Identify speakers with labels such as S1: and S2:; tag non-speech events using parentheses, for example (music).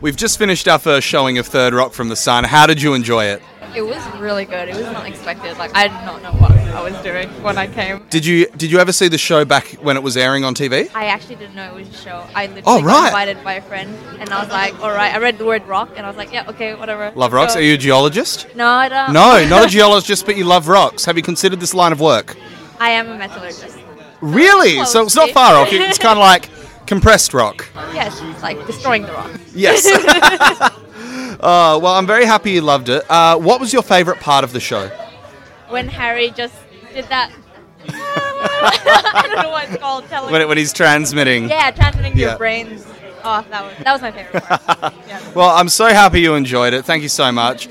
S1: We've just finished our first showing of Third Rock from the Sun. How did you enjoy it?
S2: It was really good. It was not expected. Like I did not know what I was doing when I came.
S1: Did you did you ever see the show back when it was airing on TV?
S2: I actually didn't know it was a show. I literally
S1: Oh, right.
S2: got invited by a friend, and I was like, "All right." I read the word rock, and I was like, "Yeah, okay, whatever."
S1: Love rocks.
S2: So-
S1: Are you a geologist?
S2: No, I don't. (laughs)
S1: No, not a geologist, but you love rocks. Have you considered this line of work?
S2: I am a metallurgist.
S1: Really? So it's not far off. It's kind of like compressed rock.
S2: Yes, it's like destroying the rock.
S1: (laughs) Yes. uh, well, I'm very happy you loved it. Uh, what was your favourite part of the show?
S2: When Harry just did that. (laughs) I don't know what it's called. Telling
S1: When, it, when he's transmitting.
S2: Yeah, transmitting
S1: Yeah.
S2: your brains. Oh, that was that was my favorite part. yeah.
S1: Well, I'm so happy you enjoyed it. Thank you so much.